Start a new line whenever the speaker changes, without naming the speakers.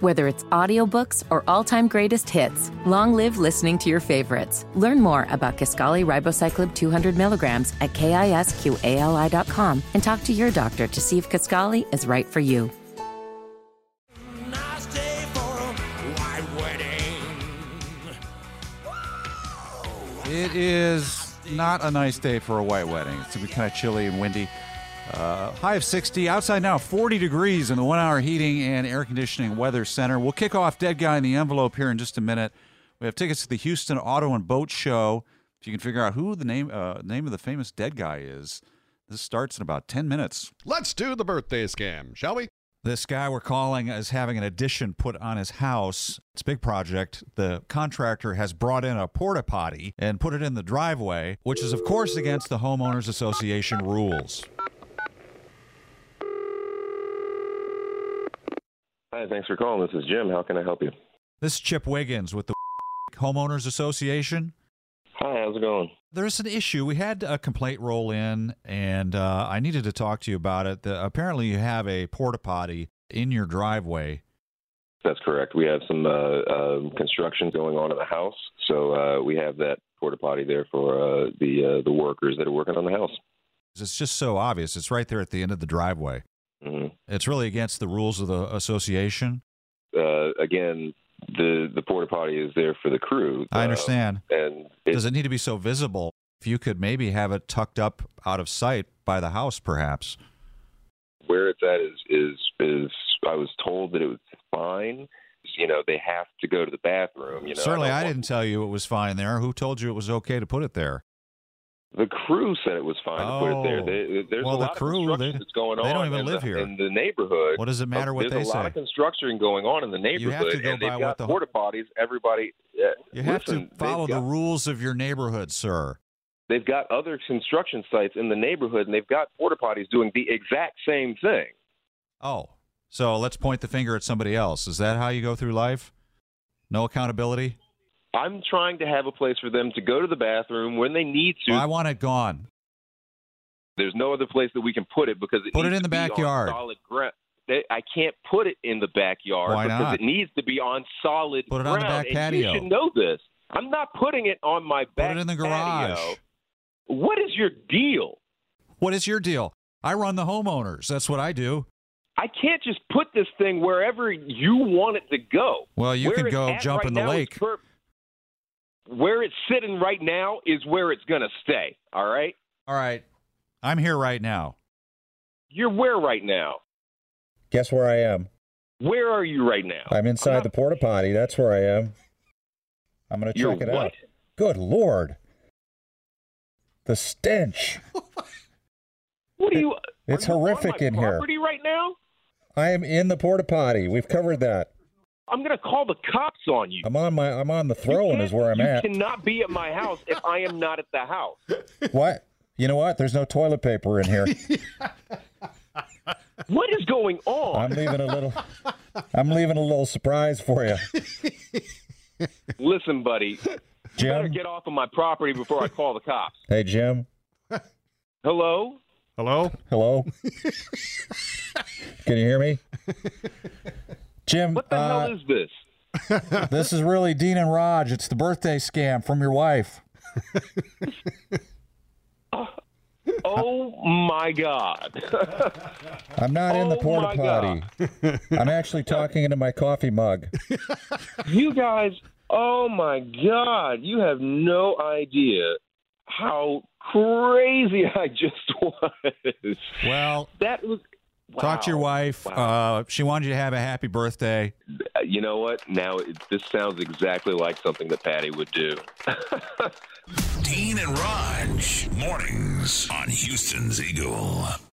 Whether it's audiobooks or all-time greatest hits, long live listening to your favorites. Learn more about Kaskali Ribocyclib 200 milligrams at kisqali.com and talk to your doctor to see if Kaskali is right for you.
nice day for a white wedding.
It is not a nice day for a white wedding. It's gonna be kind of chilly and windy. Uh, high of 60 outside now, 40 degrees in the one hour heating and air conditioning weather center. We'll kick off Dead Guy in the Envelope here in just a minute. We have tickets to the Houston Auto and Boat Show. If you can figure out who the name uh, name of the famous dead guy is, this starts in about 10 minutes.
Let's do the birthday scam, shall we?
This guy we're calling is having an addition put on his house. It's a big project. The contractor has brought in a porta potty and put it in the driveway, which is, of course, against the homeowners association rules.
Hi, thanks for calling. This is Jim. How can I help you?
This is Chip Wiggins with the homeowners association.
Hi, how's it going?
There's an issue. We had a complaint roll in, and uh, I needed to talk to you about it. The, apparently, you have a porta potty in your driveway.
That's correct. We have some uh, um construction going on in the house, so uh, we have that porta potty there for uh, the uh, the workers that are working on the house.
It's just so obvious. It's right there at the end of the driveway.
hmm
It's really against the rules of the association.
Uh, again, the the porta potty is there for the crew.
I understand.
Uh, and it,
Does it need to be so visible? If you could maybe have it tucked up out of sight by the house, perhaps.
where it's at is is is I was told that it was fine. You know, they have to go to the bathroom. You know,
Certainly,
don't
I
want-
didn't tell you it was fine there. Who told you it was okay to put it there?
The crew said it was fine to put
Oh.
it there. They, there's
Well,
a
the
lot
crew,
of construction
they-
that's going
they
on.
don't even
in
live
the,
here.
in the neighborhood.
What does it matter what
There's
they
a lot
say?
of construction going on in the
You
neighborhood,
have to go
and they've
by what
got
the-
porta potties. Everybody, uh,
You have
listen,
to follow
they've
the
got-
rules of your neighborhood, sir.
They've got other construction sites in the neighborhood, and they've got porta potties doing the exact same thing.
Oh, so let's point the finger at somebody else. Is that how you go through life? No accountability?
I'm trying to have a place for them to go to the bathroom when they need to.
Well, I want it gone.
There's no other place that we can put it because it
Put it
needs
in
to
the
be on
backyard.
solid ground. They- I can't put it in the backyard
Why
because
not?
it needs to be on solid
Put it on the
ground.
back
and
patio.
You should know this. I'm not putting it on my
Put
back.
it in the garage.
patio. What is your deal?
What is your deal? I run the homeowners. That's what I do.
I can't just put this thing wherever you want it to go.
Well, you
Where
could
it's
go
at
jump
right
in the
now is
lake.
per- where it's sitting right now is where it's going to stay. All right?
All right. I'm here right now.
You're where right now?
Guess where I am?
Where are you right now?
I'm inside
not-
the porta potty. That's where I am. I'm gonna
You're
check it
what?
out. Good lord, the stench!
What are you?
It's
are you
horrific
on my
in here.
Property right now.
I am in the porta potty. We've covered that.
I'm gonna call the cops on you.
I'm on my. I'm on the throne.
You
Is where I'm
you
at.
cannot be at my house if I am not at the house.
What? You know what? There's no toilet paper in here.
What is going on?
I'm leaving a little. I'm leaving a little surprise for you,
Listen, buddy, better
Jim.
get off of my property before I call the cops.
Hey, Jim.
Hello?
Hello?
Hello. Can you hear me, Jim?
What the
uh,
hell is this?
This is really Dean and Raj. It's the birthday scam from your wife.
Oh my God!
I'm not in the
Oh
porta
my
potty. I'm actually talking into my coffee mug.
you guys, oh my God! You have no idea how crazy I just was.
Well,
That was.
Talk to your
wow.
wife. Uh, she wanted you to have a happy birthday.
Uh, You know what? Now it, this sounds exactly like something that Patty would do.
Dean and Raj, mornings on Houston's Eagle.